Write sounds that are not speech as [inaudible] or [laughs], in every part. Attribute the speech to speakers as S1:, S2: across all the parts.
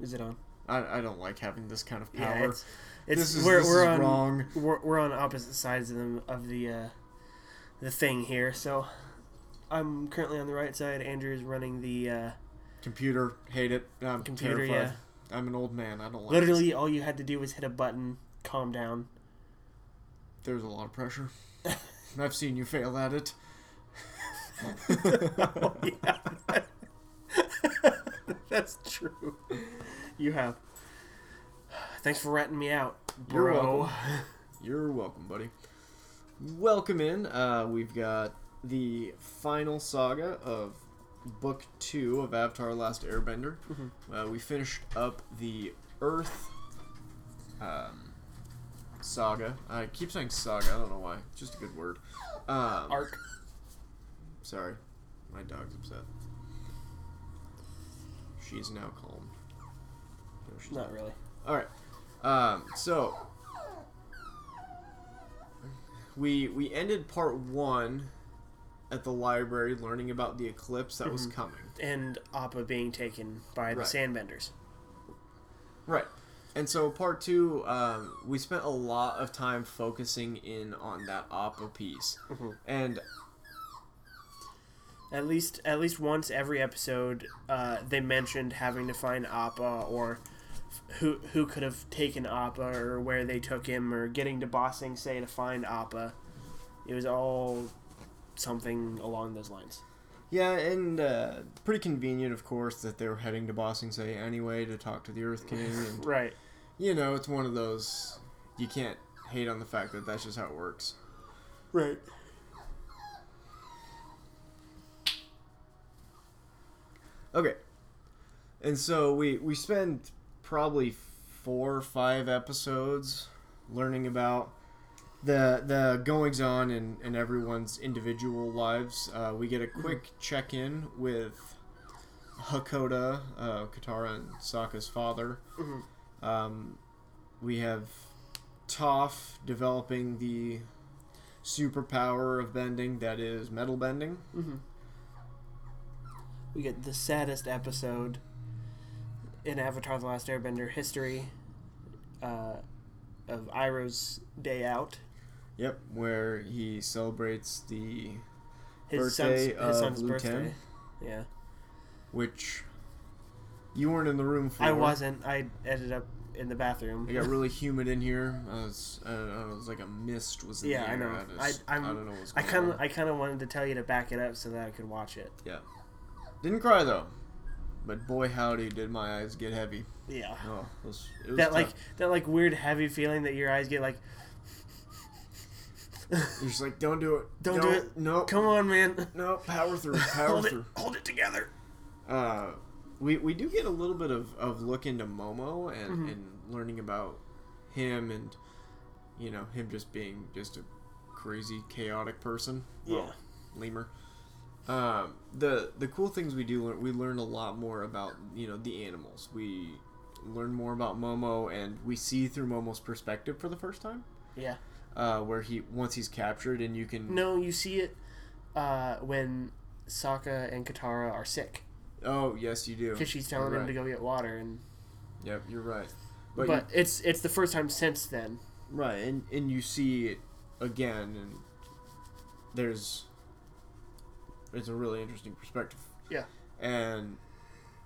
S1: Is it on?
S2: I, I don't like having this kind of
S1: Yeah,
S2: power.
S1: it's, it's
S2: This is-
S1: we're
S2: this
S1: we're
S2: is
S1: on
S2: wrong.
S1: We're, we're on opposite sides of the of the uh, the thing here. So I'm currently on the right side. Andrew is running the. Uh,
S2: Computer, hate it. I'm
S1: Computer,
S2: terrified. I'm an old man. I don't like. Literally,
S1: literally, all you had to do was hit a button, calm
S2: [laughs]
S1: down.
S2: there's a lot
S1: [laughs]
S2: of pressure. I've seen you fail at it. [laughs]
S1: yeah. [laughs] That's true. You have. Thanks for ratting me out,
S2: You're
S1: bro.
S2: welcome. You're welcome, buddy. Welcome in. Uh, we've got the final saga of Book Two of Avatar: Last Airbender. Uh, we finished up the Earth um, saga. I keep saying saga. I don't know why. It's just a good word. Um,
S1: Arc.
S2: Sorry, my dog's upset. She's now calm. No, she's
S1: Not really.
S2: all right. Um, so we we ended part one at the library, learning about the eclipse that was coming.
S1: And Appa being taken by the
S2: Right.
S1: Sandbenders.
S2: Right. And so part two, um, we spent a lot of time focusing in on that Oppo piece,
S1: Mhm.
S2: and
S1: At least, at least once every episode, uh, they mentioned having to find Appa or f- who who could have taken Appa or where they took him or getting to Bossing Say to find Appa. It was all something along those lines.
S2: yeah, and uh, pretty convenient, of course, that they were heading to Bossing Say anyway to talk to the Earth King, and
S1: Right.
S2: you know, it's one of those you can't hate on the fact that that's just how it works.
S1: Right.
S2: Okay. And so we we spend probably four or five episodes learning about the the goings on in, in everyone's individual lives. Uh, we get a quick check in with Hakoda, uh, Katara and Sokka's father.
S1: Mhm.
S2: Um, we have Toph developing the superpower of bending that is metal bending.
S1: We get the saddest episode in Avatar: The Last Airbender history uh, of Iroh's day out.
S2: Yep, where he celebrates the
S1: His
S2: Birthday
S1: son's, his
S2: of
S1: son's
S2: Liu Kang?
S1: birthday. Yeah.
S2: which you weren't in the room for.
S1: I wasn't. I ended up in the bathroom.
S2: It got really humid in here. I was, uh, I don't know, it was like a mist was in
S1: Yeah,
S2: the
S1: I
S2: air.
S1: know.
S2: I, just,
S1: I-
S2: I,
S1: I'm-
S2: don't know what was
S1: [laughs] I
S2: going
S1: kind of,
S2: on.
S1: I kind of wanted to tell you to back it up so that I could watch it.
S2: Yeah. Didn't cry though, but boy howdy did my eyes get heavy.
S1: Yeah.
S2: Oh, it was, it was
S1: That
S2: tough.
S1: like that like weird heavy feeling that your eyes get like, [laughs]
S2: you're just like don't do it.
S1: Don't do it.
S2: No.
S1: come on, man,
S2: No. Power through. [laughs]
S1: [laughs]
S2: Power
S1: hold it,
S2: through.
S1: hold it together.
S2: Uh, we we do get a little bit of, of look into Momo and,
S1: Mm-hmm.
S2: and learning about him and you know him just being just a crazy chaotic person. Well, lemur. Um, the the cool things we do learn we learn a lot more about you know the animals. We learn more about Momo and we see through Momo's perspective for the first time.
S1: Yeah.
S2: Uh, where he once he's captured and you can
S1: No, you see it uh, when Sokka and Katara are sick
S2: oh yes you do
S1: because she's telling
S2: You're
S1: him to
S2: right.
S1: go get water, and
S2: Yep, you're right.
S1: but,
S2: But, you
S1: it's it's the first time since then.
S2: Right, and and you see it again, and there's it's a really interesting perspective.
S1: Yeah.
S2: and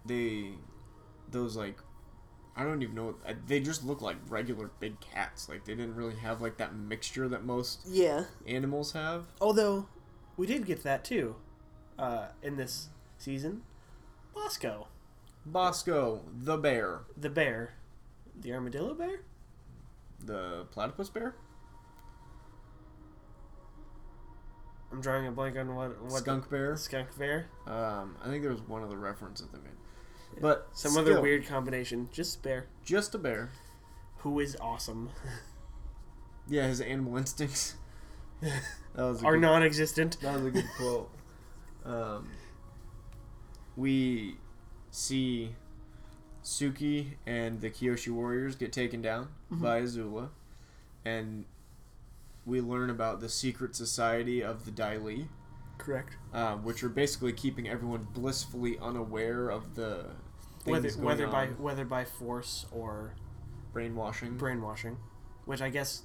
S2: they those like I don't even know I- they just look like regular big cats. Like they didn't really have like that mixture that most
S1: Yeah.
S2: animals have.
S1: Although we did get that too uh, in this season, Bosco
S2: Bosco the bear,
S1: the bear, the armadillo bear.
S2: the platypus bear,
S1: I'm drawing a blank on what what
S2: skunk bear.
S1: skunk bear.
S2: Um, I think there was one other reference that they made, but
S1: Some other
S2: still,
S1: weird combination. Just bear,
S2: just a bear.
S1: who is
S2: [laughs]
S1: awesome [laughs]
S2: Yeah, his animal [laughs] instincts. that was a
S1: are
S2: good-
S1: non-existent.
S2: That was a good quote. Um, we see Suki and the Kyoshi warriors get taken down
S1: Mm-hmm.
S2: by Azula, and we learn about the secret society of the um, Daili,
S1: Correct.
S2: uh, which are basically keeping everyone blissfully unaware of the
S1: whether
S2: things
S1: whether
S2: going
S1: by
S2: on.
S1: whether by force or
S2: brainwashing.
S1: brainwashing, which I guess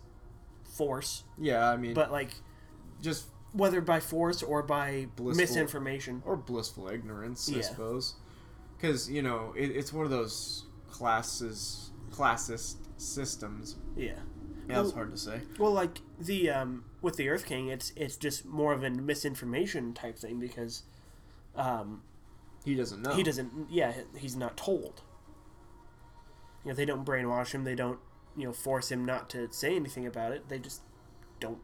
S1: force,
S2: yeah, I mean,
S1: but like
S2: just
S1: whether by force or by
S2: Blissful.
S1: misinformation.
S2: or blissful ignorance, I
S1: Yeah.
S2: suppose. Because you know, it, it's one of those classes, classist systems.
S1: Yeah.
S2: Yeah, that's
S1: Well-
S2: hard to say.
S1: Well, like the um, with the Earth King, it's it's just more of a misinformation type thing because um,
S2: He doesn't know.
S1: he doesn't. Yeah, he- he's not told. You know, they don't brainwash him. They don't you know force him not to say anything about it. They just don't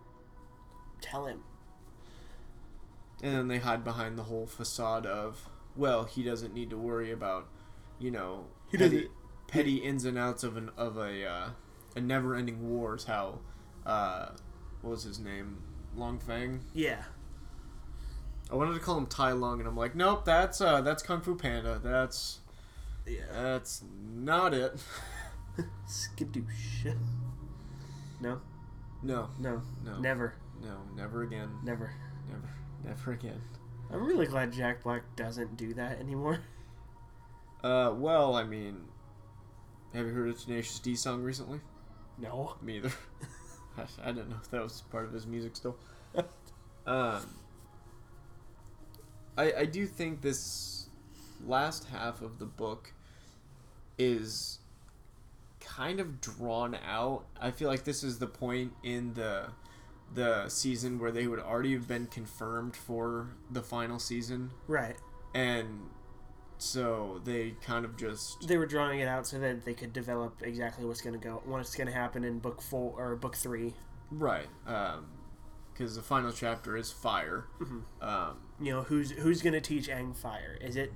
S1: tell him.
S2: and then they hide behind the whole facade of well he doesn't need to worry about you know
S1: He
S2: petty,
S1: doesn't-
S2: petty ins and outs of an of a uh, a never ending war is how uh, what was his name Long Fang
S1: Yeah.
S2: I wanted to call him Tai Long and I'm like nope that's uh, that's Kung Fu Panda that's
S1: Yeah.
S2: that's not it
S1: [laughs]
S2: [laughs]
S1: Skadoosh. [laughs] No,
S2: no
S1: no,
S2: no
S1: never,
S2: no never again
S1: never.
S2: never never again
S1: I'm really glad Jack Black doesn't do that anymore.
S2: uh, well I mean have you heard a Tenacious D song recently
S1: No.
S2: Me either. I, I didn't know if that was part of his music still. um, I I do think this last half of the book is kind of drawn out. I feel like this is the point in the the season where they would already have been confirmed for the final season,
S1: Right.
S2: and so they kind of just
S1: they were drawing it out so that they could develop exactly what's going to go what's going to happen in book four or book three
S2: Right. Because the final chapter is fire.
S1: Mm-hmm.
S2: Um,
S1: you know who's who's going to teach Aang fire is it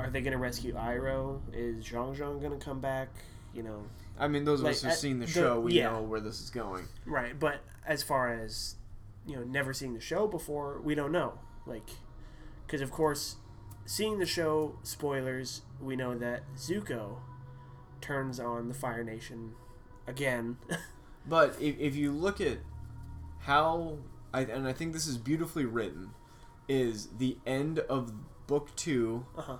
S1: are they going to rescue Iroh is Zhang Zhang going to come back you know
S2: I mean, those of
S1: Like,
S2: us who've
S1: at
S2: seen the,
S1: the-
S2: show, we
S1: yeah.
S2: know where this is going.
S1: right but as far as you know never seeing the show before we don't know like because of course seeing the show spoilers we know that Zuko turns on the Fire Nation again [laughs]
S2: But if, if you look at how, I, and I think this is beautifully written, is the end of book two,
S1: uh-huh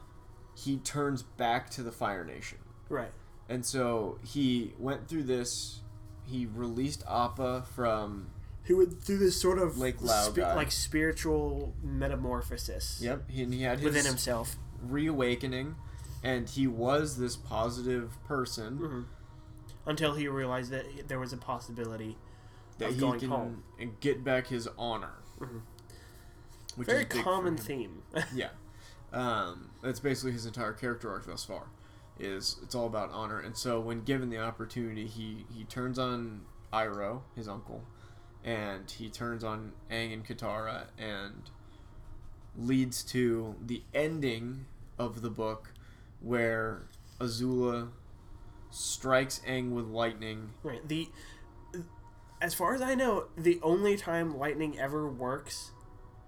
S2: he turns back to the Fire Nation.
S1: right
S2: And so he went through this, he released Appa from
S1: He went through this sort of
S2: Lake Lao
S1: spi-
S2: guy.
S1: like spiritual metamorphosis
S2: Yep, and he had his
S1: within himself.
S2: reawakening, and he was this positive person.
S1: Until he realized that there was a possibility. Mm-hmm.
S2: that
S1: of
S2: he
S1: going
S2: can
S1: home. Mm-hmm.
S2: and get back his honor, which
S1: Very
S2: big for
S1: common
S2: him.
S1: theme. [laughs]
S2: Yeah, um, that's basically his entire character arc thus far. Is it's all about honor, and so when given the opportunity, he he turns on Iroh, his uncle, and he turns on Aang and Katara, and leads to the ending of the book, where Azula strikes Aang with lightning.
S1: right. The as far as I know, the only time lightning ever works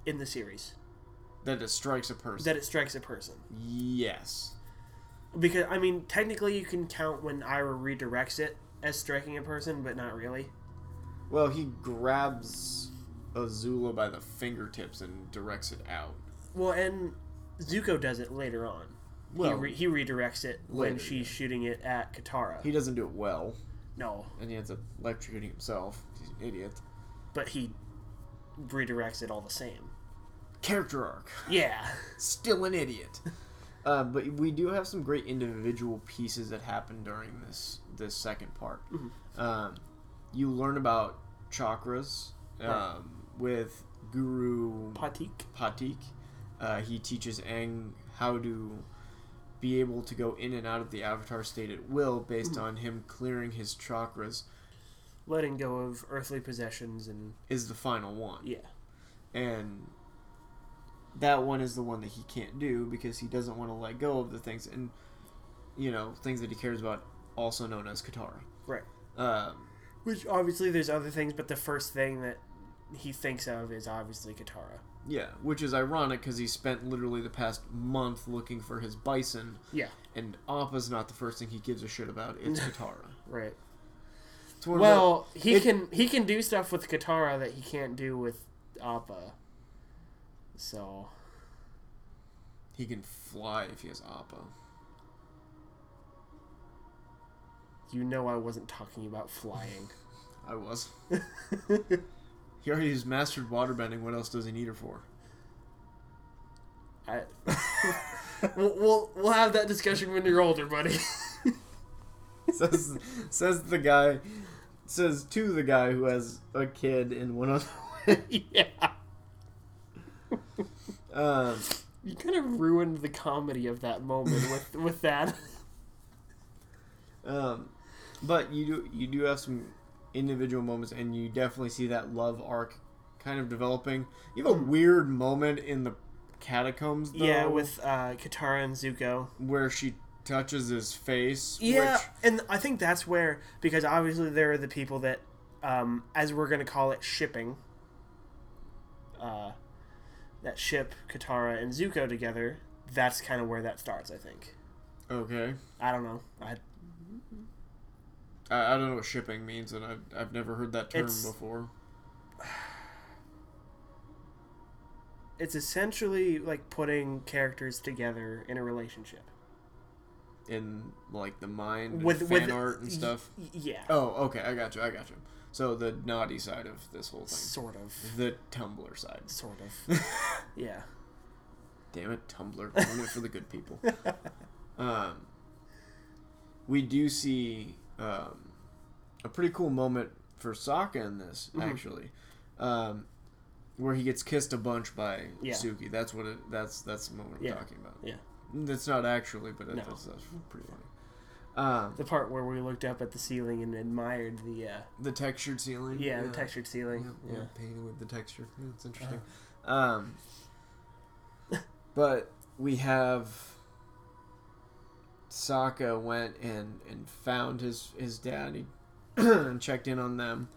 S1: in the series
S2: That it strikes a person.
S1: that it strikes a person.
S2: yes.
S1: Because I mean, technically you can count when Ira redirects it as striking a person, but not really.
S2: Well, he grabs Azula by the fingertips and directs it out.
S1: Well, and Zuko does it later on.
S2: Well,
S1: he, re- he redirects it when
S2: later,
S1: she's shooting it at Katara.
S2: He doesn't do it well,
S1: no,
S2: and he ends up electrocuting himself. He's an idiot.
S1: but he redirects it all the same.
S2: Character arc. [laughs]
S1: Yeah.
S2: Still an idiot. [laughs] Uh, but we do have some great individual pieces that happen during this this second part. Um, you learn about chakras um, with Guru
S1: Patik.
S2: Patik. Uh, he teaches Aang how to be able to go in and out of the Avatar state at will based on him clearing his chakras
S1: Letting go of earthly possessions and
S2: is the final one.
S1: yeah.
S2: And that one is the one that he can't do because he doesn't want to let go of the things and, you know, things that he cares about, also known as Katara.
S1: Right.
S2: Um,
S1: Which obviously there's other things, but the first thing that he thinks of is obviously Katara.
S2: yeah, which is ironic because he spent literally the past month looking for his bison,
S1: Yeah.
S2: and Appa's not the first thing he gives a shit about. It's Katara.
S1: Right.
S2: It's one of the-
S1: Well, he
S2: It-
S1: can he can do stuff with Katara that he can't do with Appa. So
S2: He can fly if he has Appa.
S1: You know I wasn't talking about [laughs] flying.
S2: I was. He already has mastered waterbending. What else does he need her for?
S1: I, [laughs] we'll, we'll we'll have that discussion when you're older, buddy. [laughs]
S2: [laughs] says says the guy says to the guy who has a kid in one other [laughs] way.
S1: yeah,
S2: Um,
S1: you kind of ruined the comedy of that [laughs] moment with with that.
S2: um, but you do you do have some individual moments, and you definitely see that love arc kind of developing. You have a weird moment in the catacombs, though,
S1: Hmm. Yeah, with uh, Katara and Zuko.
S2: where she touches his face.
S1: Yeah,
S2: which,
S1: and I think that's where because obviously there are the people that, um, as we're gonna call it, shipping. Uh, that ship Katara and Zuko together. That's kind of where that starts. I think.
S2: okay.
S1: I don't know. I
S2: I, I don't know what shipping means, and I've, I've never heard that term
S1: It's-
S2: before.
S1: it's essentially like putting characters together in a relationship
S2: In like the mind,
S1: with
S2: and fan
S1: with
S2: art and stuff.
S1: Y- yeah,
S2: Oh, okay, I got you, I got you. So the naughty side of this whole thing,
S1: sort of,
S2: the Tumblr side.
S1: sort
S2: [laughs]
S1: of. yeah,
S2: Damn it, Tumblr, doing it for the
S1: [laughs]
S2: good people. Um, we do see um, a pretty cool moment for Sokka in this,
S1: Mm-hmm.
S2: actually, um, where he gets kissed a bunch by
S1: Yeah.
S2: Suki. That's what it. That's that's the moment I'm
S1: Yeah.
S2: talking about.
S1: Yeah.
S2: that's not actually, but that's, that's pretty funny. Um,
S1: the part where we looked up at the ceiling and admired the uh,
S2: the textured ceiling.
S1: yeah, the textured ceiling.
S2: Yeah,
S1: yeah.
S2: yeah, painted with the texture. Yeah, it's interesting. Um, [laughs] but we have Sokka went and and found his his dad. He [clears throat] and checked in on them,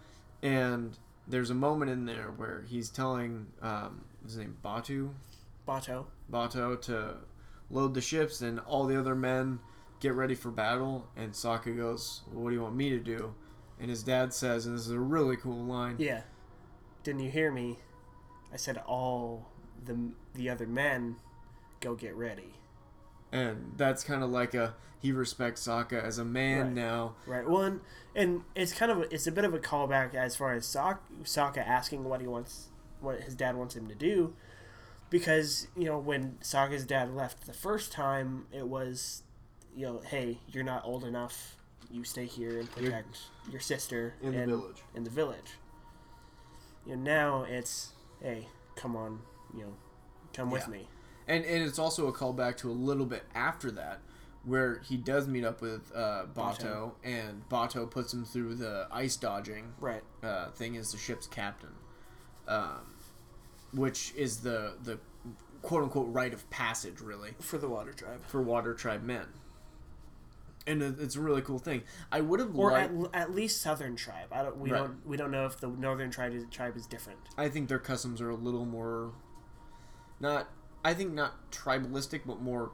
S2: and there's a moment in there where he's telling um, his name Batu
S1: Bato.
S2: Bato to load the ships and all the other men get ready for battle. And Sokka goes, well, "What do you want me to do?" And his dad says, and this is a really cool line.
S1: Yeah. Didn't you hear me? I said all the the other men go get ready.
S2: and that's kind of like a he respects Sokka as a man
S1: Right.
S2: now.
S1: Right. Well, and, and it's kind of it's a bit of a callback as far as Sok- Sokka asking what he wants, what his dad wants him to do, because you know when Sokka's dad left the first time, it was, you know, hey, you're not old enough. You stay here and protect your sister
S2: In the
S1: and-
S2: village.
S1: In the village. You know now it's hey, come on, you know, come with
S2: Yeah.
S1: me.
S2: And and it's also a callback to a little bit after that, where he does meet up with uh, Bato,
S1: Bato.
S2: and Bato puts him through the ice dodging
S1: Right.
S2: uh, thing as the ship's captain, um, which is the the quote unquote rite of passage, really.
S1: For the water tribe.
S2: for Water Tribe men. And it- it's a really cool thing. I would have
S1: Or
S2: liked.
S1: at, at least Southern tribe. I don't. We
S2: Right.
S1: don't. We don't know if the Northern tribe is, tribe is different.
S2: I think their customs are a little more, not I think not tribalistic, but more,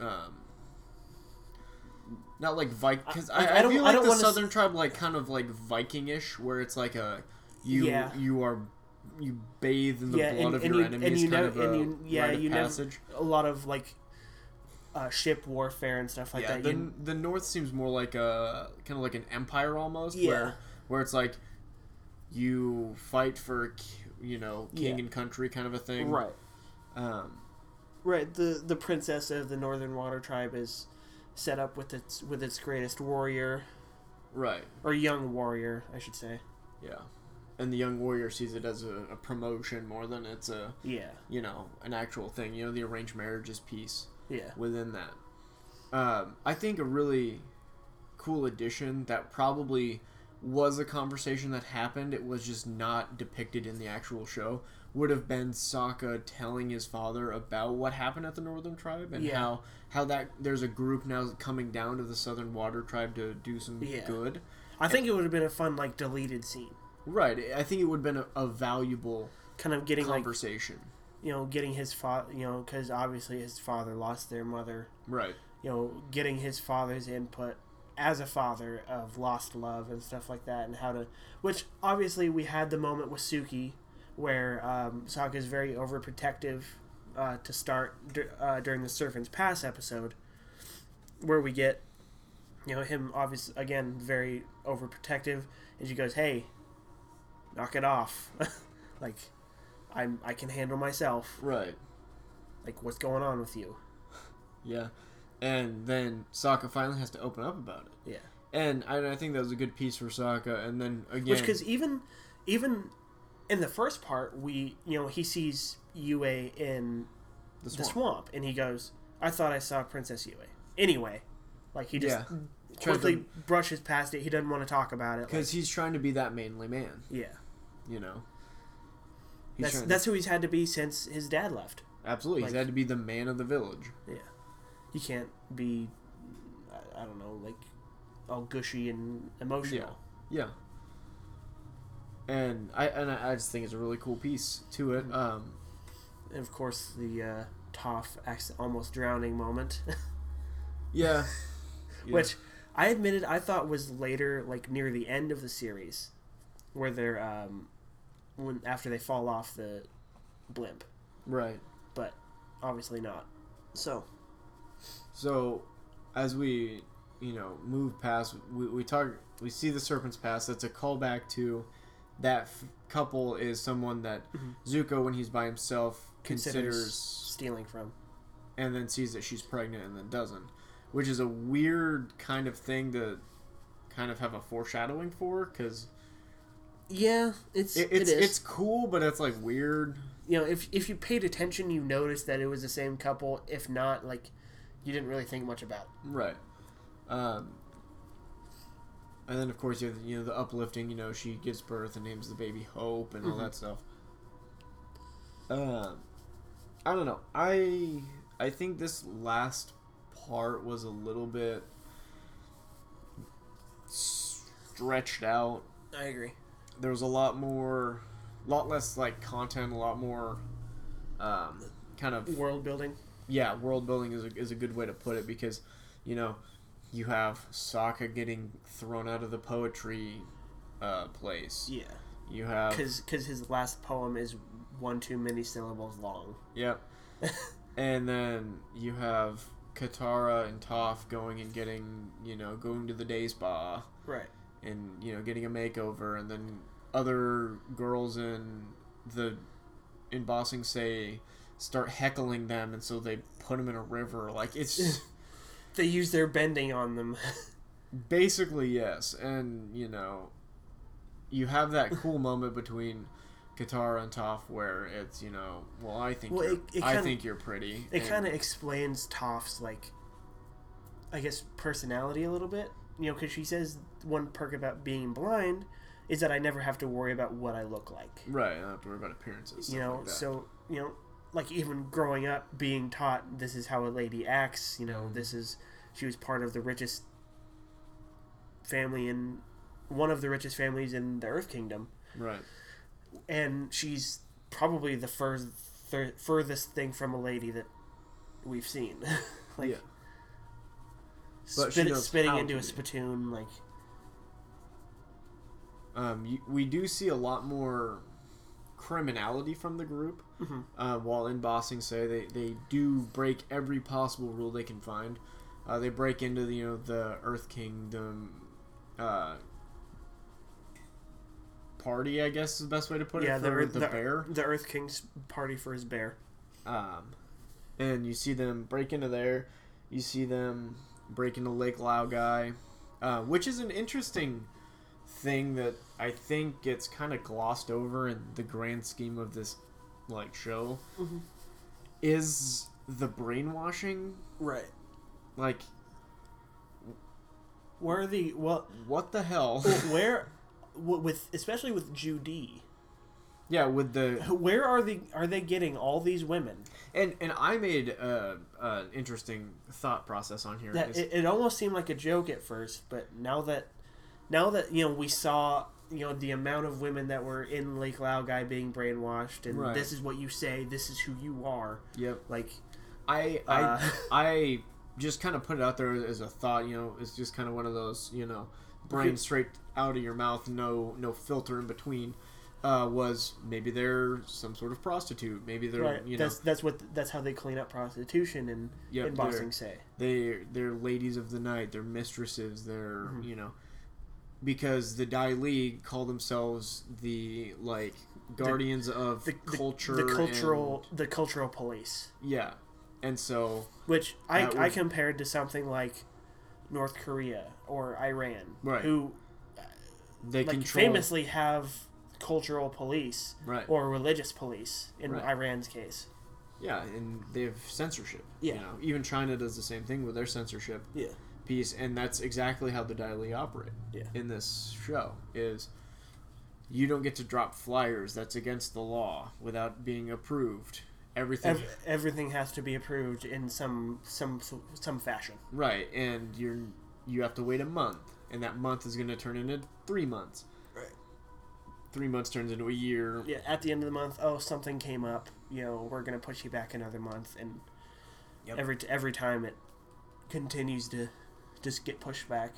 S2: um, not like Viking. Because
S1: I-
S2: I,
S1: I
S2: I,
S1: don't-
S2: feel
S1: I
S2: like
S1: don't
S2: the
S1: wanna s-
S2: southern tribe like kind of like Vikingish, where it's like a you
S1: Yeah.
S2: you are you bathe in the
S1: Yeah,
S2: blood
S1: and-
S2: of
S1: and
S2: your
S1: you- and
S2: enemies,
S1: you
S2: kind
S1: nev-
S2: of a
S1: and you- yeah,
S2: rite of
S1: you nev-
S2: passage.
S1: A lot of like uh, ship warfare and stuff like
S2: yeah,
S1: that.
S2: the,
S1: You-
S2: the north seems more like a kind of like an empire almost,
S1: Yeah.
S2: where where it's like you fight for k- you know king
S1: Yeah.
S2: and country kind of a thing,
S1: right.
S2: Um,
S1: Right. The the princess of the Northern Water tribe is set up with its with its greatest warrior
S2: right,
S1: or young warrior, I should say.
S2: yeah. And the young warrior sees it as a, a promotion more than it's a
S1: Yeah.
S2: you know an actual thing. You know, the arranged marriage is peace
S1: Yeah.
S2: within that. Um, I think a really cool addition that probably was a conversation that happened. It was just not depicted in the actual show. Would have been Sokka telling his father about what happened at the Northern Tribe and
S1: Yeah.
S2: how how that there's a group now coming down to the Southern Water Tribe to do some
S1: Yeah.
S2: good.
S1: I think it would have been a fun like deleted scene,
S2: Right. I think it would have been a, a valuable
S1: kind of getting like
S2: conversation.
S1: you know getting his father, you know, because obviously his father lost their mother
S2: Right.
S1: you know, getting his father's input as a father of lost love and stuff like that, and how to, which obviously we had the moment with Suki where um, Sokka is very overprotective uh, to start dur- uh, during the Serpent's Pass episode, where we get you know him obviously again very overprotective and she goes hey knock it off [laughs] like i'm i can handle myself
S2: Right.
S1: like what's going on with you
S2: Yeah. And then Sokka finally has to open up about it.
S1: yeah
S2: And I, I think that was a good piece for Sokka. And then again,
S1: Which 'cause which because even even in the first part we you know he sees Yue in
S2: the
S1: the
S2: swamp.
S1: swamp and he goes i thought i saw princess yue anyway like he just
S2: Yeah. Tries
S1: quickly
S2: to-
S1: brushes past it he doesn't want to talk about it like,
S2: Because he's trying to be that manly man,
S1: yeah
S2: you know. He's
S1: that's
S2: trying to-
S1: that's who he's had to be since his dad left
S2: absolutely.
S1: like-
S2: he's had to be the man of the village.
S1: Yeah. You can't be, I, I don't know, like all gushy and emotional.
S2: Yeah. And I and I, I just think it's a really cool piece to
S1: Mm.
S2: it. Um,
S1: And of course, the uh, Toph acc- almost drowning moment, [laughs]
S2: yeah. Yeah.
S1: which I admitted I thought was later, like near the end of the series, where they're, um, when after they fall off the blimp,
S2: right.
S1: but obviously not. So,
S2: So, as we, you know, move past, we, we talk, we see the serpent's pass. That's a callback to that f- couple is someone that Zuko, when he's by himself,
S1: considers,
S2: considers,
S1: stealing from.
S2: and then sees that she's pregnant and then doesn't, which is a weird kind of thing to kind of have a foreshadowing for because
S1: Yeah, it's
S2: it, it's it's cool, but it's like weird.
S1: you know, if if you paid attention, you noticed that it was the same couple. If not, like, you didn't really think much about. it.
S2: Right. Um, and then of course you have you know the uplifting. You know she gives birth and names the baby Hope and all that stuff. Um, I don't know. I I think this last part was a little bit stretched out.
S1: I agree.
S2: There was a lot more, lot less like content, a lot more um, kind of
S1: World building.
S2: yeah, world building is a, is a good way to put it because, you know, you have Sokka getting thrown out of the poetry uh, place.
S1: Yeah,
S2: You have
S1: because his last poem is one too many syllables long. [laughs]
S2: yep, and then you have Katara and Toph going and getting you know going to the day spa
S1: Right.
S2: and you know getting a makeover, and then other girls in the in Bossing say start heckling them, and so they put them in a river. Like it's.
S1: They use their bending on them. [laughs]
S2: Basically, yes. And, you know, you
S1: [laughs]
S2: have that cool moment between Katara and Toph where it's, you know, well, I think
S1: Well,
S2: you're,
S1: it- it
S2: I
S1: kinda-
S2: think you're pretty.
S1: it
S2: and-
S1: kind of explains Toph's like, I guess personality a little bit. You know, because she says one perk about being blind is that I never have to worry about what I look like.
S2: Right, I don't have to worry about appearances.
S1: you
S2: stuff
S1: know
S2: Mm, like that.
S1: so you know like even growing up being taught this is how a lady acts you
S2: Mm.
S1: know this is she was part of the richest family in one of the richest families in the earth kingdom
S2: Right.
S1: and she's probably the fur- thir- furthest thing from a lady that we've seen [laughs] like
S2: yeah. But she
S1: spit-
S2: knows
S1: spitting
S2: how
S1: into
S2: to
S1: a
S2: do it.
S1: spittoon like
S2: Um, you, we do see a lot more criminality from the group.
S1: Mm-hmm.
S2: Uh, while in Bossing say they, they do break every possible rule they can find. Uh, they break into the, you know the Earth Kingdom uh, party, I guess is the best way to put
S1: yeah
S2: it.
S1: the,
S2: For
S1: Earth-
S2: the,
S1: the-
S2: bear.
S1: the earth king's party for his bear
S2: Um, and you see them break into there. You see them break into Lake Lao Guy, uh, which is an interesting thing that I think gets kind of glossed over in the grand scheme of this like show.
S1: Mm-hmm.
S2: Is the brainwashing
S1: right
S2: like
S1: where the well [laughs]
S2: what the hell? [laughs]
S1: where w- with especially with judy
S2: yeah, with the
S1: where are the are they getting all these women
S2: and and I made a, a interesting thought process on here.
S1: that
S2: Is-
S1: it, it almost seemed like a joke at first but now that now that you know we saw you know the amount of women that were in lake lao guy being brainwashed and
S2: Right.
S1: this is what you say this is who you are
S2: yep.
S1: like
S2: I I,
S1: Uh,
S2: [laughs] I just kind of put it out there as a thought. You know, it's just kind of one of those you know, brain straight out of your mouth, no no filter in between. uh, was maybe they're some sort of prostitute. Maybe they're
S1: right.
S2: you know
S1: that's that's what that's how they clean up prostitution in
S2: Yep,
S1: in
S2: they're-
S1: Bossing Say.
S2: they they're ladies of the night. They're mistresses. They're
S1: Mhm.
S2: you know because the Dai League call themselves the like guardians of
S1: The, the
S2: culture,
S1: the cultural, the cultural police,
S2: and- yeah, and so
S1: which I,
S2: That
S1: I
S2: would-
S1: compared to something like North Korea or Iran,
S2: Right.
S1: who
S2: they
S1: like
S2: control
S1: famously have cultural police
S2: right
S1: or religious police in
S2: Right.
S1: Iran's case.
S2: yeah, and they have censorship.
S1: Yeah.
S2: you know even China does the same thing with their censorship.
S1: Yeah.
S2: piece, and that's exactly how the Daily operate
S1: Yeah.
S2: in this show. Is you don't get to drop flyers. That's against the law without being approved. Everything
S1: Ev- everything has to be approved in some some some fashion.
S2: right, and you're you have to wait a month, and that month is going to turn into three months.
S1: Right.
S2: Three months turns into a year.
S1: Yeah, at the end of the month, oh, something came up. You know, we're gonna push you back another month, and
S2: Yep.
S1: every every time it continues to just get pushed back.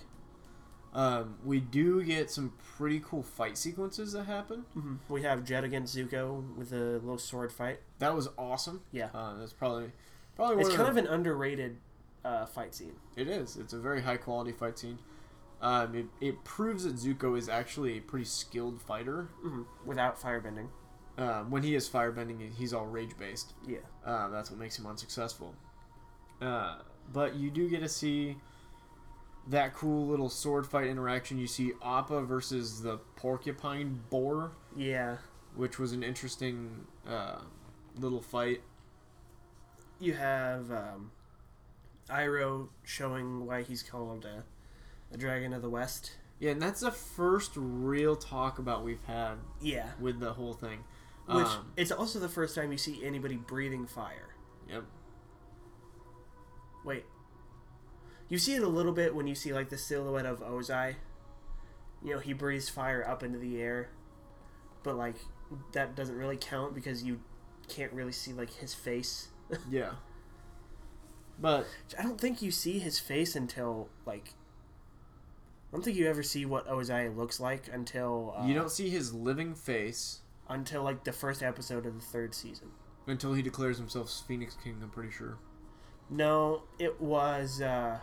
S2: Um, we do get some pretty cool fight sequences that happen.
S1: We have Jet against Zuko with a little sword fight.
S2: That was awesome.
S1: Yeah,
S2: Uh, that's probably probably
S1: it's
S2: one
S1: kind
S2: the-
S1: of an underrated uh, fight scene.
S2: It is. It's a very high quality fight scene. Um, it, it proves that Zuko is actually a pretty skilled fighter.
S1: hmm Without firebending.
S2: Um, when he is firebending, he- he's all rage based.
S1: Yeah.
S2: Um, that's what makes him unsuccessful. Uh, but you do get to see that cool little sword fight interaction. You see Appa versus the porcupine boar,
S1: Yeah.
S2: which was an interesting uh, little fight.
S1: You have um, Iroh showing why he's called uh, the Dragon of the West.
S2: Yeah, and that's the first real talk about we've had
S1: Yeah.
S2: with the whole thing.
S1: Which
S2: Um,
S1: it's also the first time you see anybody breathing fire.
S2: yep.
S1: Wait. You see it a little bit when you see like the silhouette of Ozai. You know, he breathes fire up into the air. But like that doesn't really count because you can't really see like his face.
S2: Yeah. But
S1: I don't think you see his face until like I don't think you ever see what Ozai looks like until uh,
S2: you don't see his living face
S1: until like the first episode of the third season.
S2: until he declares himself Phoenix King, I'm pretty sure.
S1: No, it was uh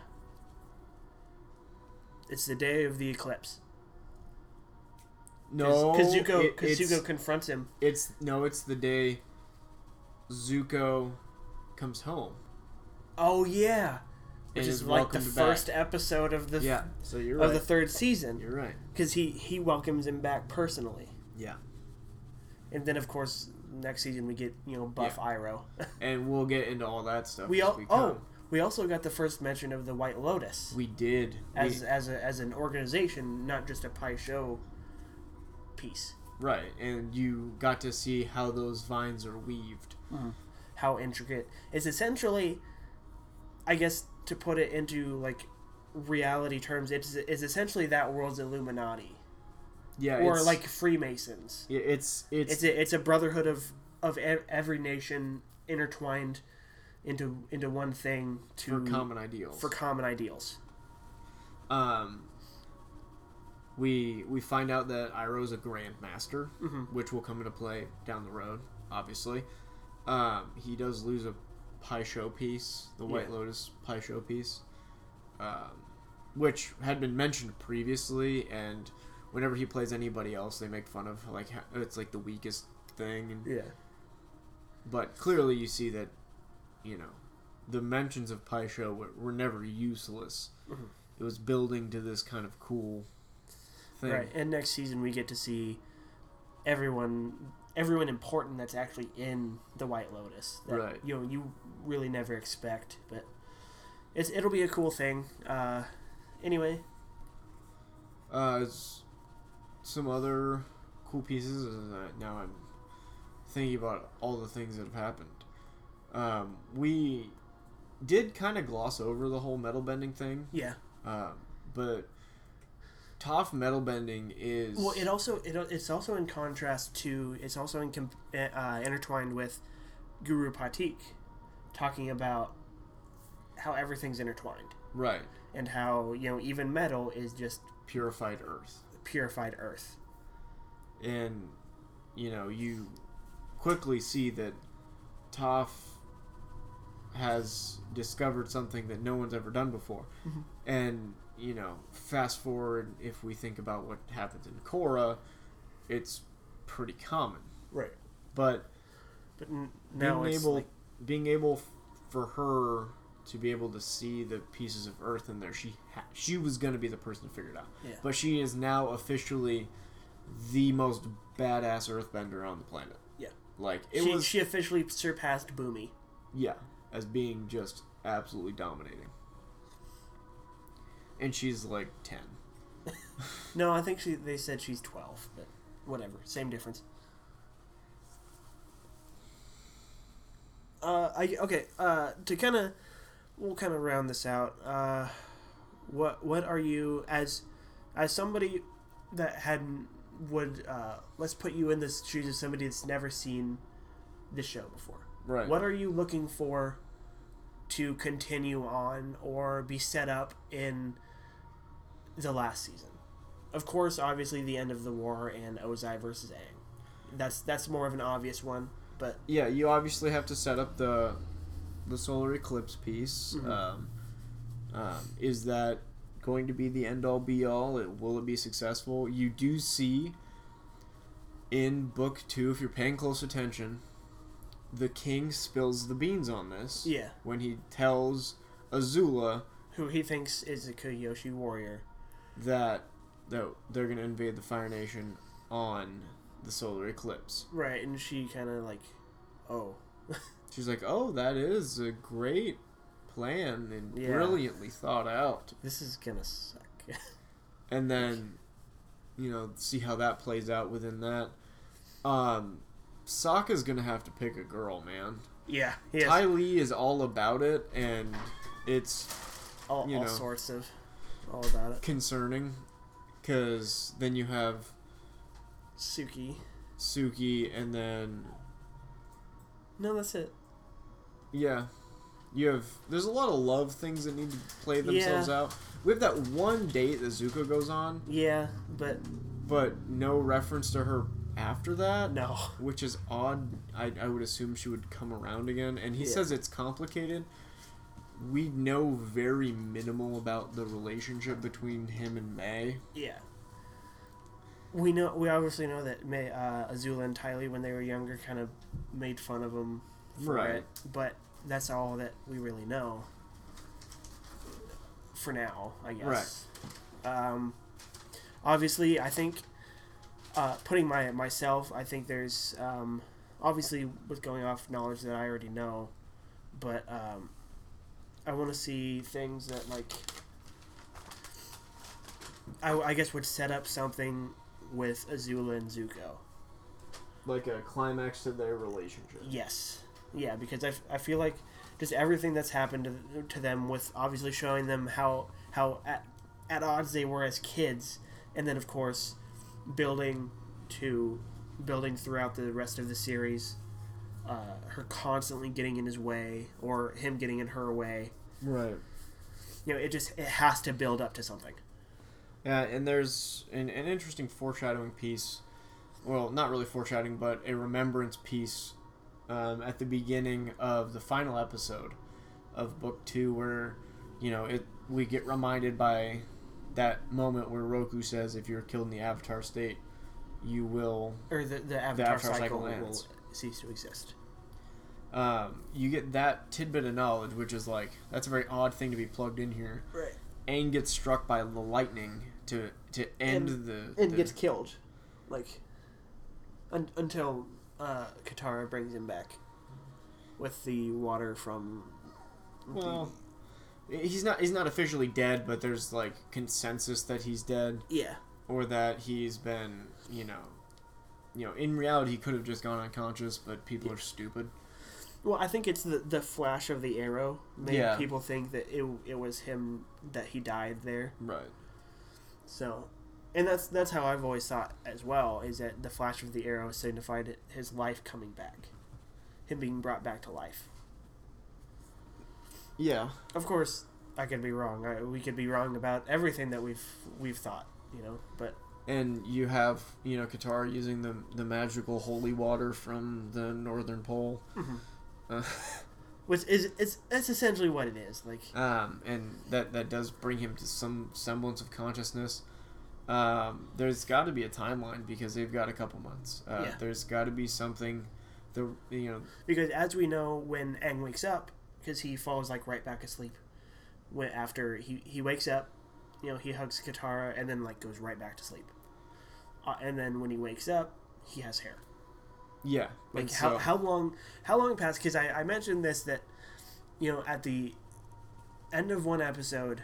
S1: it's the day of the eclipse.
S2: No,
S1: because Zuko,
S2: it-
S1: cause
S2: it's,
S1: Zuko confronts him.
S2: it's no, it's the day Zuko comes home.
S1: Oh yeah, which
S2: and
S1: is like the
S2: welcomed back.
S1: first episode of the
S2: Yeah, so you're
S1: of
S2: right.
S1: the third season
S2: you're right.
S1: because he he welcomes him back personally,
S2: Yeah,
S1: and then of course next season we get you know Buff Iroh. [laughs]
S2: and we'll get into all that stuff.
S1: we
S2: as
S1: all
S2: we come.
S1: oh we also got the first mention of the White Lotus
S2: we did
S1: as
S2: We-
S1: as a, as an organization, not just a pie show piece.
S2: right, and you got to see how those vines are weaved.
S1: How intricate it's essentially, I guess to put it into like reality terms, it's is essentially that world's Illuminati.
S2: Yeah,
S1: or
S2: it's,
S1: like Freemasons.
S2: it- it's it's
S1: It's a, it's a brotherhood of of e- every nation intertwined into into one thing to
S2: for common ideals
S1: for common ideals.
S2: um, we we find out that Iroh's a grandmaster,
S1: Mm-hmm.
S2: which will come into play down the road. Obviously, um, he does lose a pie show piece, the White
S1: Yeah.
S2: Lotus pie show piece, um, which had been mentioned previously. And whenever he plays anybody else, they make fun of like ha- it's like the weakest thing. And,
S1: Yeah,
S2: But clearly, you see that you know the mentions of pie show were, were never useless
S1: Mm-hmm.
S2: it was building to this kind of cool thing.
S1: right. And next season we get to see everyone everyone important that's actually in the White Lotus. That,
S2: Right.
S1: You know you really never expect, but it's it'll be a cool thing. Uh, anyway,
S2: Uh, s- some other cool pieces. uh, Now I'm thinking about all the things that have happened. Um, we did kind of gloss over the whole metal bending thing,
S1: yeah.
S2: um, but Toph metal bending is
S1: Well, it also it, it's also in contrast to it's also in com- uh, intertwined with Guru Patik talking about how everything's intertwined
S2: right
S1: and how you know even metal is just
S2: purified earth,
S1: purified earth.
S2: and you know, you quickly see that Toph has discovered something that no one's ever done before.
S1: Mhm.
S2: And, you know, fast forward, if we think about what happens in Korra, it's pretty common.
S1: Right.
S2: But
S1: But n- now
S2: being
S1: it's
S2: able,
S1: like,
S2: being able f- for her to be able to see the pieces of Earth in there, she ha- she was going to be the person to figure it out.
S1: Yeah.
S2: But she is now officially the most badass Earthbender on the planet.
S1: Yeah.
S2: Like it
S1: she,
S2: was,
S1: she officially surpassed Boomy.
S2: yeah, as being just absolutely dominating. And she's like ten.
S1: No, I think she. They said she's twelve, but whatever, same difference. Uh, I okay. Uh, to kind of, we'll kind of round this out. Uh, what what are you as, as somebody that had would uh, let's put you in the shoes of somebody that's never seen this show before.
S2: Right.
S1: What are you looking for to continue on or be set up in the last season? Of course, obviously the end of the war and Ozai versus Aang. That's that's more of an obvious one, but
S2: yeah, you obviously have to set up the the solar eclipse piece.
S1: Mhm.
S2: Um, um, is that going to be the end all be all? It, will it be successful? You do see in book two, if you're paying close attention, the king spills the beans on this
S1: yeah,
S2: when he tells Azula
S1: who he thinks is a Kuyoshi warrior.
S2: that that they're going to invade the Fire Nation on the solar eclipse.
S1: Right, and she kind of like, oh,
S2: She's like, "Oh, that is a great plan and
S1: Yeah.
S2: brilliantly thought out."
S1: this is going to suck. [laughs]
S2: and then you know see how that plays out within that um Sokka's gonna have to pick a girl man
S1: yeah, he has
S2: Ty Lee is all about it and it's
S1: all,
S2: you
S1: all
S2: know.
S1: sorts of all about it.
S2: concerning because then you have
S1: Suki.
S2: Suki and then
S1: No, that's it.
S2: yeah you have there's a lot of love things that need to play themselves out we have that one date that Zuko goes on
S1: Yeah, but
S2: but no reference to her after that
S1: no.
S2: which is odd. I, I would assume she would come around again. And he
S1: Yeah.
S2: says it's complicated. We know very minimal about the relationship between him and May.
S1: Yeah. We know. We obviously know that May, uh, Azula and Tylee, when they were younger, kind of made fun of him for
S2: Right.
S1: it, but that's all that we really know. For now, I guess. Right. Um, obviously, I think uh, putting my myself, I think there's um, obviously with going off knowledge that I already know, but um, I want to see things that like I, I guess would set up something with Azula and Zuko.
S2: Like a climax to their relationship.
S1: Yes. Yeah, because I, f- I feel like just everything that's happened to, to them with obviously showing them how how at, at odds they were as kids and then of course building to building throughout the rest of the series uh, her constantly getting in his way or him getting in her way
S2: Right.
S1: you know it just it has to build up to something
S2: Yeah, and there's an, an interesting foreshadowing piece. Well, not really foreshadowing, but a remembrance piece um, at the beginning of the final episode of book two, where you know it we get reminded by that moment where Roku says, "If you're killed in the Avatar state, you will."
S1: or the, the avatar,
S2: Avatar cycle
S1: cycle, will
S2: ends.
S1: cease to exist
S2: Um, you get that tidbit of knowledge, which is like that's a very odd thing to be plugged in here.
S1: right
S2: Aang gets struck by the lightning to to end
S1: And-
S2: the
S1: and
S2: the-
S1: gets killed, like un- until uh, Katara brings him back with the water from.
S2: Well, he's not he's not officially dead, but there's like consensus that he's dead
S1: the, yeah,
S2: or that he's been, you know, you know, in reality he could have just gone unconscious, but people are stupid.
S1: well, I think it's the the flash of the arrow made
S2: Yeah.
S1: people think that it it was him that he died there.
S2: Right.
S1: So, and that's that's how I've always thought as well is that the flash of the arrow signified his life coming back, him being brought back to life.
S2: Yeah.
S1: Of course, I could be wrong. I, we could be wrong about everything that we've we've thought, you know. But
S2: and you have you know Katara using the the magical holy water from the northern pole, uh, [laughs]
S1: Which is it's that's essentially what it is. Like
S2: um, and that that does bring him to some semblance of consciousness. Um, there's got to be a timeline because they've got a couple months. Uh,
S1: Yeah.
S2: There's got to be something. The you know
S1: because as we know, when Aang wakes up, because he falls like right back asleep, when after he he wakes up, you know he hugs Katara and then like goes right back to sleep, uh, and then when he wakes up, he has hair.
S2: yeah
S1: Like
S2: and
S1: how,
S2: so-
S1: how long how long passed? Because I, I mentioned this that you know at the end of one episode,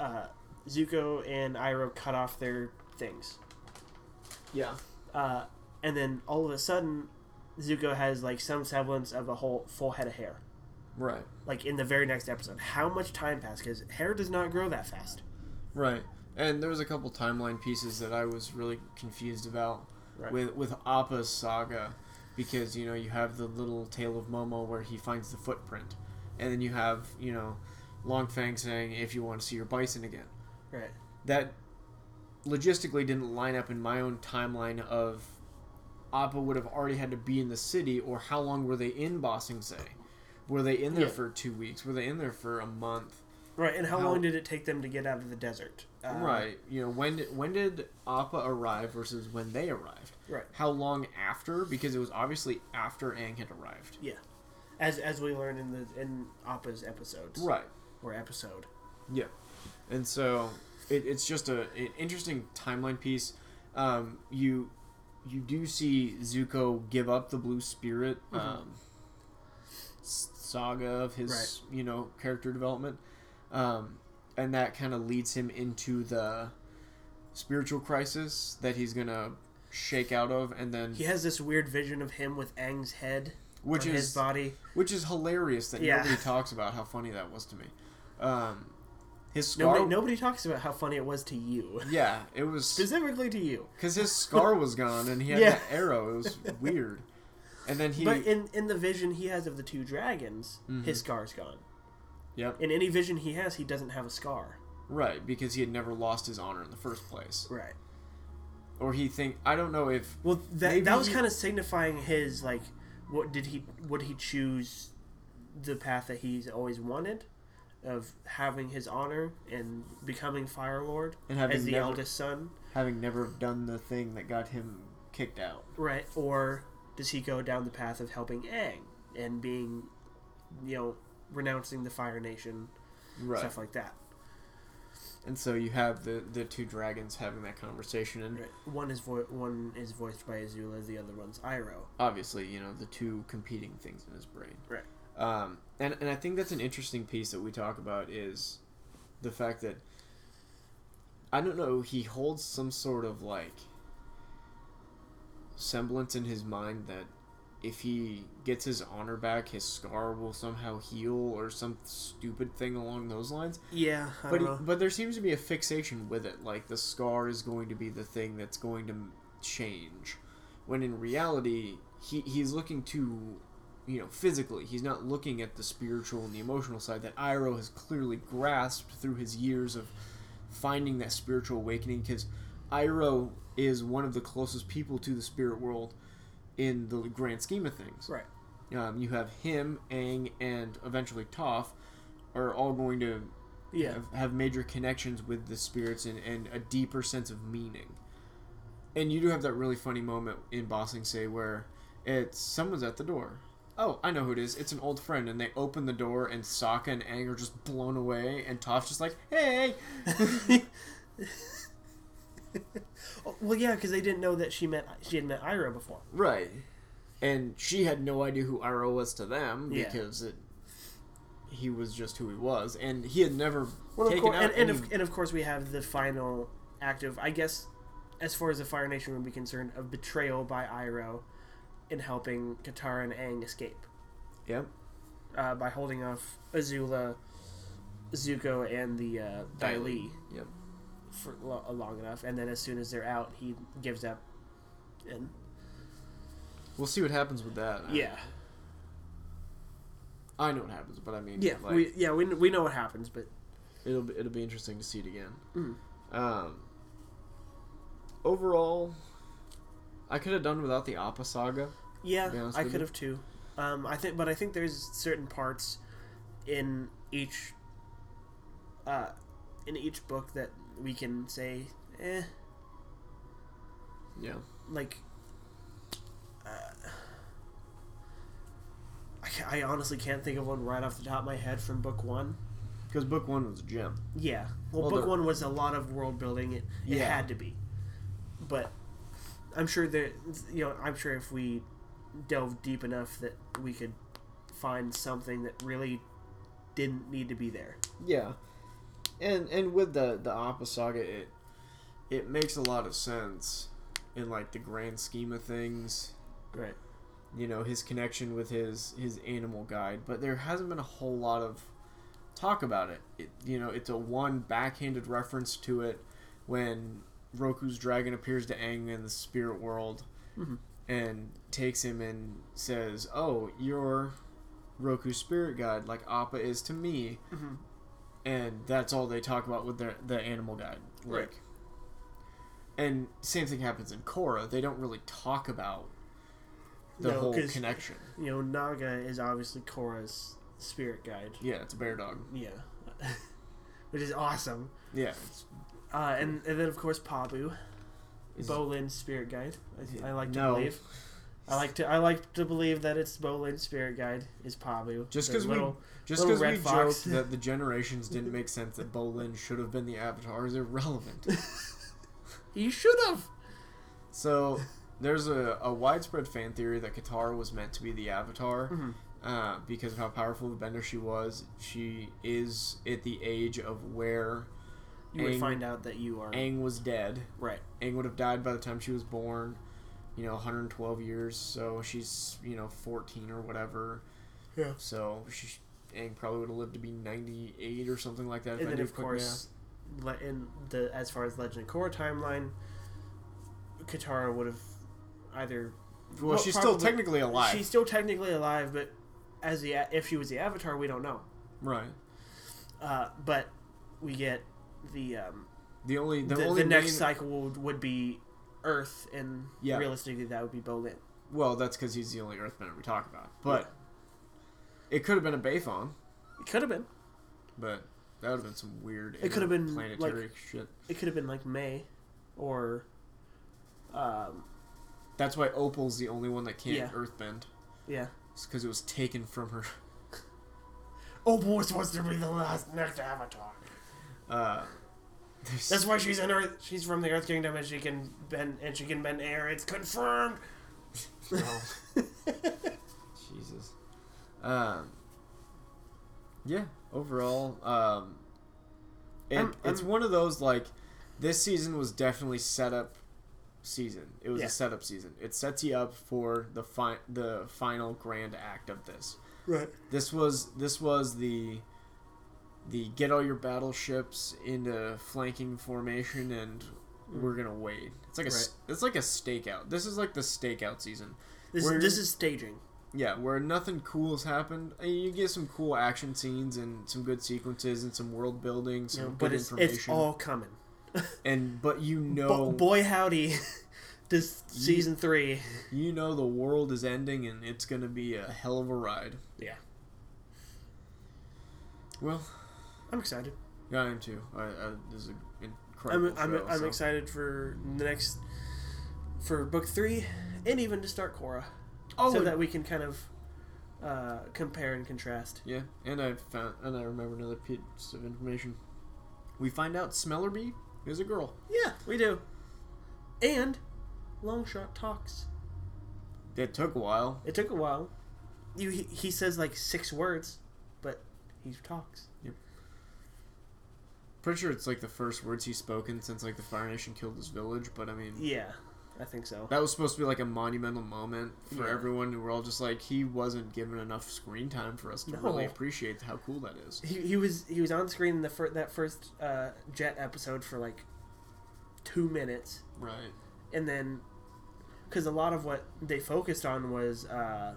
S1: uh, Zuko and Iroh cut off their things,
S2: yeah
S1: uh, and then all of a sudden, Zuko has like some semblance of a whole full head of hair.
S2: right
S1: Like in the very next episode, how much time passed? Because hair does not grow that fast.
S2: right and there was a couple timeline pieces that I was really confused about
S1: Right.
S2: with with Appa's saga because you know you have the little tale of Momo where he finds the footprint, and then you have you know Longfang saying if you want to see your bison again.
S1: Right.
S2: That logistically didn't line up in my own timeline of Appa would have already had to be in the city, or how long were they in Bossing Say? Were they in there
S1: Yeah.
S2: for two weeks? Were they in there for a month?
S1: Right. And how,
S2: How-
S1: long did it take them to get out of the desert? Uh,
S2: right. You know when did, when did Appa arrive versus when they arrived?
S1: Right.
S2: how long after because it was obviously after Aang had arrived.
S1: Yeah. As as we learned in the in Appa's episodes.
S2: Right.
S1: or episode.
S2: Yeah. And so it, it's just a an interesting timeline piece. Um, you you do see Zuko give up the blue spirit
S1: Mm-hmm.
S2: um, s- saga of his
S1: Right.
S2: you know character development, um, and that kind of leads him into the spiritual crisis that he's gonna shake out of, and then
S1: He has this weird vision of him with Aang's head,
S2: which
S1: or
S2: is
S1: his body.
S2: Which is hilarious that
S1: Yeah. [laughs]
S2: nobody talks about how funny that was to me. Um, his scar,
S1: Nobody, nobody talks about how funny it was to you, [laughs]
S2: yeah, it was
S1: specifically to you.
S2: because his scar was gone and he had
S1: Yeah.
S2: that arrow. It [laughs] was weird. And then he, Mm-hmm.
S1: but in in the vision he has of the two dragons, his scar's gone.
S2: yep,
S1: In any vision he has, he doesn't have a scar.
S2: right, because he had never lost his honor in the first place,
S1: Right.
S2: or he think I don't know if
S1: Well, that
S2: Maybe
S1: that was
S2: he-
S1: kind of signifying his like, what did he would he choose, the path that he's always wanted, of having his honor and becoming Fire Lord
S2: And having
S1: as the
S2: never-
S1: eldest son.
S2: having never done the thing that got him kicked out.
S1: Right. Or does he go down the path of helping Aang and being, you know, renouncing the Fire Nation,
S2: Right,
S1: stuff like that?
S2: and so you have the the two dragons having that conversation, and
S1: Right. One is vo- one is voiced by Azula, the other one's Iroh.
S2: obviously, you know, the two competing things in his brain.
S1: Right.
S2: Um, and, and I think that's an interesting piece that we talk about is the fact that I don't know, he holds some sort of like semblance in his mind that if he gets his honor back, his scar will somehow heal or some stupid thing along those lines.
S1: Yeah. I
S2: But,
S1: don't
S2: he,
S1: know.
S2: but there seems to be a fixation with it. Like the scar is going to be the thing that's going to m- change, when in reality he he's looking to, you know, physically. He's not looking at the spiritual and the emotional side that Iroh has clearly grasped through his years of finding that spiritual awakening. Because Iroh is one of the closest people to the spirit world in the grand scheme of things.
S1: right.
S2: Um, you have him, Aang, and eventually Toph are all going to
S1: Yeah.
S2: have, have major connections with the spirits and, and a deeper sense of meaning. And you do have that really funny moment in Bossing Say where it's someone's at the door. Oh, I know who it is. It's an old friend, and they open the door, and Sokka and Aang are just blown away, and Toph's just like,
S1: [laughs]
S2: "Hey!"
S1: Oh, [laughs] well, yeah, because they didn't know that she met she had met Iroh before.
S2: right. And she had no idea who Iroh was to them
S1: Yeah.
S2: because it, he was just who he was, and he had never
S1: Well, of
S2: taken
S1: course,
S2: out
S1: and, and,
S2: any-
S1: of, and of course we have the final act of, I guess, as far as the Fire Nation would be concerned, of betrayal by Iroh in helping Katara and Aang escape
S2: Yep.
S1: uh, by holding off Azula, Zuko, and the uh, Dai Li
S2: Yep.
S1: for lo- long enough, and then as soon as they're out, he gives up. And
S2: We'll see what happens with that. I-
S1: yeah,
S2: I, know what happens, but I mean,
S1: yeah,
S2: like-
S1: we yeah we, kn- we know what happens, but
S2: Hmm. It'll be, it'll be interesting to see it again. Um, overall, I could have done without the Appa saga. be
S1: Yeah,
S2: honest
S1: I
S2: with
S1: could
S2: you.
S1: have too. Um, I think, but I think there's certain parts in each uh, in each book that we can say, eh,
S2: Yeah.
S1: like. Uh, I, ca- I honestly can't think of one right off the top of my head from book one.
S2: Because book one was a gem.
S1: Yeah. Well,
S2: Well,
S1: book
S2: the-
S1: one was a lot of world building. It, it
S2: Yeah.
S1: had to be. But I'm sure that you know, I'm sure if we delve deep enough that we could find something that really didn't need to be there.
S2: Yeah, and and with the the Appa saga, it it makes a lot of sense in like the grand scheme of things.
S1: Right.
S2: You know his connection with his his animal guide, but there hasn't been a whole lot of talk about it. it you know, it's a one backhanded reference to it when Roku's dragon appears to Aang in the spirit world
S1: Mhm.
S2: and takes him and says, "Oh, you're Roku's spirit guide, like Appa is to me."
S1: Mhm.
S2: and that's all they talk about with their the animal guide. Like,
S1: Right.
S2: and same thing happens in Korra. They don't really talk about the
S1: No,
S2: whole
S1: 'cause-
S2: connection.
S1: You know, Naga is obviously Korra's spirit guide.
S2: Yeah, it's a bear dog.
S1: Yeah. [laughs] Which is awesome.
S2: Yeah, it's,
S1: Uh, and, and then of course Pabu,
S2: Is-
S1: Bolin's spirit guide. I, I like to
S2: No.
S1: believe. I like to I like to believe that it's Bolin's spirit guide is Pabu.
S2: Just
S1: The
S2: 'cause we- [laughs]
S1: little-
S2: just
S1: Little
S2: because we
S1: red fox. [laughs]
S2: joked that the generations didn't make sense that Bolin should have been the Avatar is irrelevant.
S1: he should have.
S2: So there's a, a widespread fan theory that Katara was meant to be the Avatar
S1: Mhm.
S2: uh, because of how powerful the Bender she was. She is at the age of where
S1: You would
S2: Aang-
S1: find out that you are
S2: Aang was dead.
S1: right.
S2: Aang would have died by the time she was born, you know, 112 years. So she's, you know, 14 or whatever.
S1: Yeah.
S2: So she, Aang probably would have lived to be 98 or something like that.
S1: And then
S2: do
S1: of
S2: quick
S1: course, le- in the as far as Legend of Korra timeline, Katara would have either.
S2: math. Well,
S1: well,
S2: she's
S1: probably-
S2: still technically alive.
S1: She's still technically alive, but as the a- if she was the Avatar, we don't know.
S2: Right.
S1: Uh, but we get the um,
S2: The only the,
S1: the,
S2: only
S1: the next
S2: main-
S1: cycle would, would be Earth, and
S2: Yeah.
S1: realistically, that would be Bolin.
S2: Well, that's because he's the only Earthbender we talk about. But it could have been a Baphon,
S1: It could have been.
S2: but that would have been some weird.
S1: It could have been,
S2: planetary shit.
S1: It could have been like May, or um,
S2: That's why Opal's the only one that can't
S1: Yeah.
S2: Earthbend.
S1: yeah.
S2: It's because it was taken from her.
S1: Oh, boy, supposed to be the last next Avatar.
S2: Uh, [laughs] there's-
S1: That's why she's in Earth. She's from the Earth Kingdom, and she can bend and she can bend air. It's confirmed.
S2: No. [laughs] Jesus. Um. Yeah. Overall, um, it,
S1: I'm-
S2: it's
S1: I'm-
S2: one of those like this season was definitely setup season. It was
S1: Yeah.
S2: a setup season. It sets you up for the fi- the final grand act of this.
S1: Right.
S2: This was this was the the get all your battleships into flanking formation and
S1: Hmm.
S2: we're gonna wait. It's like a s- it's like a stakeout. This is like the stakeout season.
S1: This
S2: Where-
S1: this is staging.
S2: Yeah, where nothing cool has happened. Uh, You get some cool action scenes and some good sequences and some world building,
S1: You
S2: some
S1: know,
S2: good
S1: but it's
S2: information.
S1: it's all coming.
S2: and but you know,
S1: But boy howdy, [laughs] this season three.
S2: you know the world is ending and it's gonna be a hell of a ride.
S1: Yeah.
S2: Well,
S1: I'm excited.
S2: yeah, I am too. I, I, this is an incredible
S1: I'm I'm,
S2: show,
S1: I'm
S2: so-
S1: excited for the next for book three, and even to start Korra,
S2: Oh,
S1: so
S2: and-
S1: that we can kind of uh, compare and contrast.
S2: yeah, and I found and I remember another piece of information. We find out Smellerby is a girl.
S1: Yeah, we do. And long shot talks.
S2: That took a while.
S1: It took a while. You he, he says like six words, but he talks.
S2: Pretty sure it's like the first words he's spoken since like the Fire Nation killed his village, but I mean
S1: Yeah, I think so.
S2: that was supposed to be like a monumental moment for
S1: Yeah.
S2: everyone. We're all just like he wasn't given enough screen time for us to
S1: No.
S2: really appreciate how cool that is.
S1: He, he was he was on screen in the fir- that first uh, Jet episode for like two minutes,
S2: Right.
S1: and then because a lot of what they focused on was uh,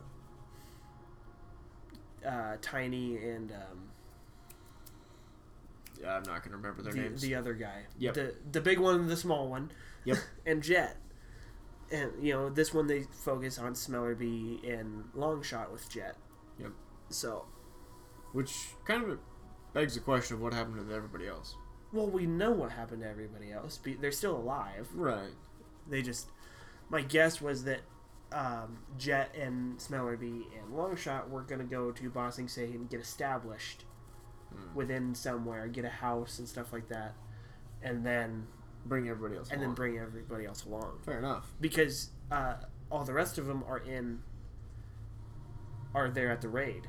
S1: uh, Tiny and um,
S2: I'm not gonna remember their
S1: the,
S2: names.
S1: the uh, other guy.
S2: Yep.
S1: The the big one and the small one.
S2: Yep.
S1: [laughs] and Jet. And you know, this one they focus on Smellerbee and Longshot with Jet.
S2: Yep.
S1: So
S2: Which kind of begs the question of what happened to everybody else.
S1: well, we know what happened to everybody else. Be- They're still alive.
S2: Right.
S1: They just, my guess was that um, Jet and Smellerbee and Longshot were gonna go to Bossing Say and get established
S2: Hmm.
S1: within somewhere, get a house and stuff like that, and then
S2: Bring everybody else.
S1: and then
S2: along.
S1: bring everybody else along
S2: Fair enough.
S1: because uh, all the rest of them are in are there at the raid,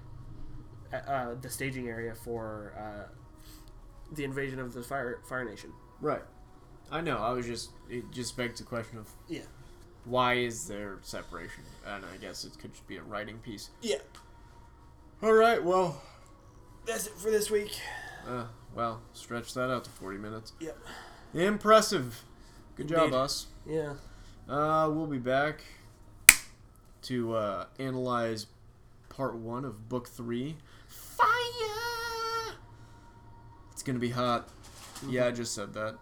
S1: uh, uh, the staging area for uh, the invasion of the Fire Fire Nation.
S2: Right. I know. I was just it just begs the question of
S1: Yeah.
S2: why is there separation? And I guess it could just be a writing piece.
S1: Yeah,
S2: All right. Well.
S1: that's it for this week.
S2: Uh, well, stretch that out to 40 minutes.
S1: Yep.
S2: Impressive. Good job,
S1: Indeed.
S2: us.
S1: Yeah.
S2: Uh, we'll be back to uh, analyze part one of book three.
S1: Mm-hmm.
S2: Fire! It's gonna be hot. Yeah, I just said that.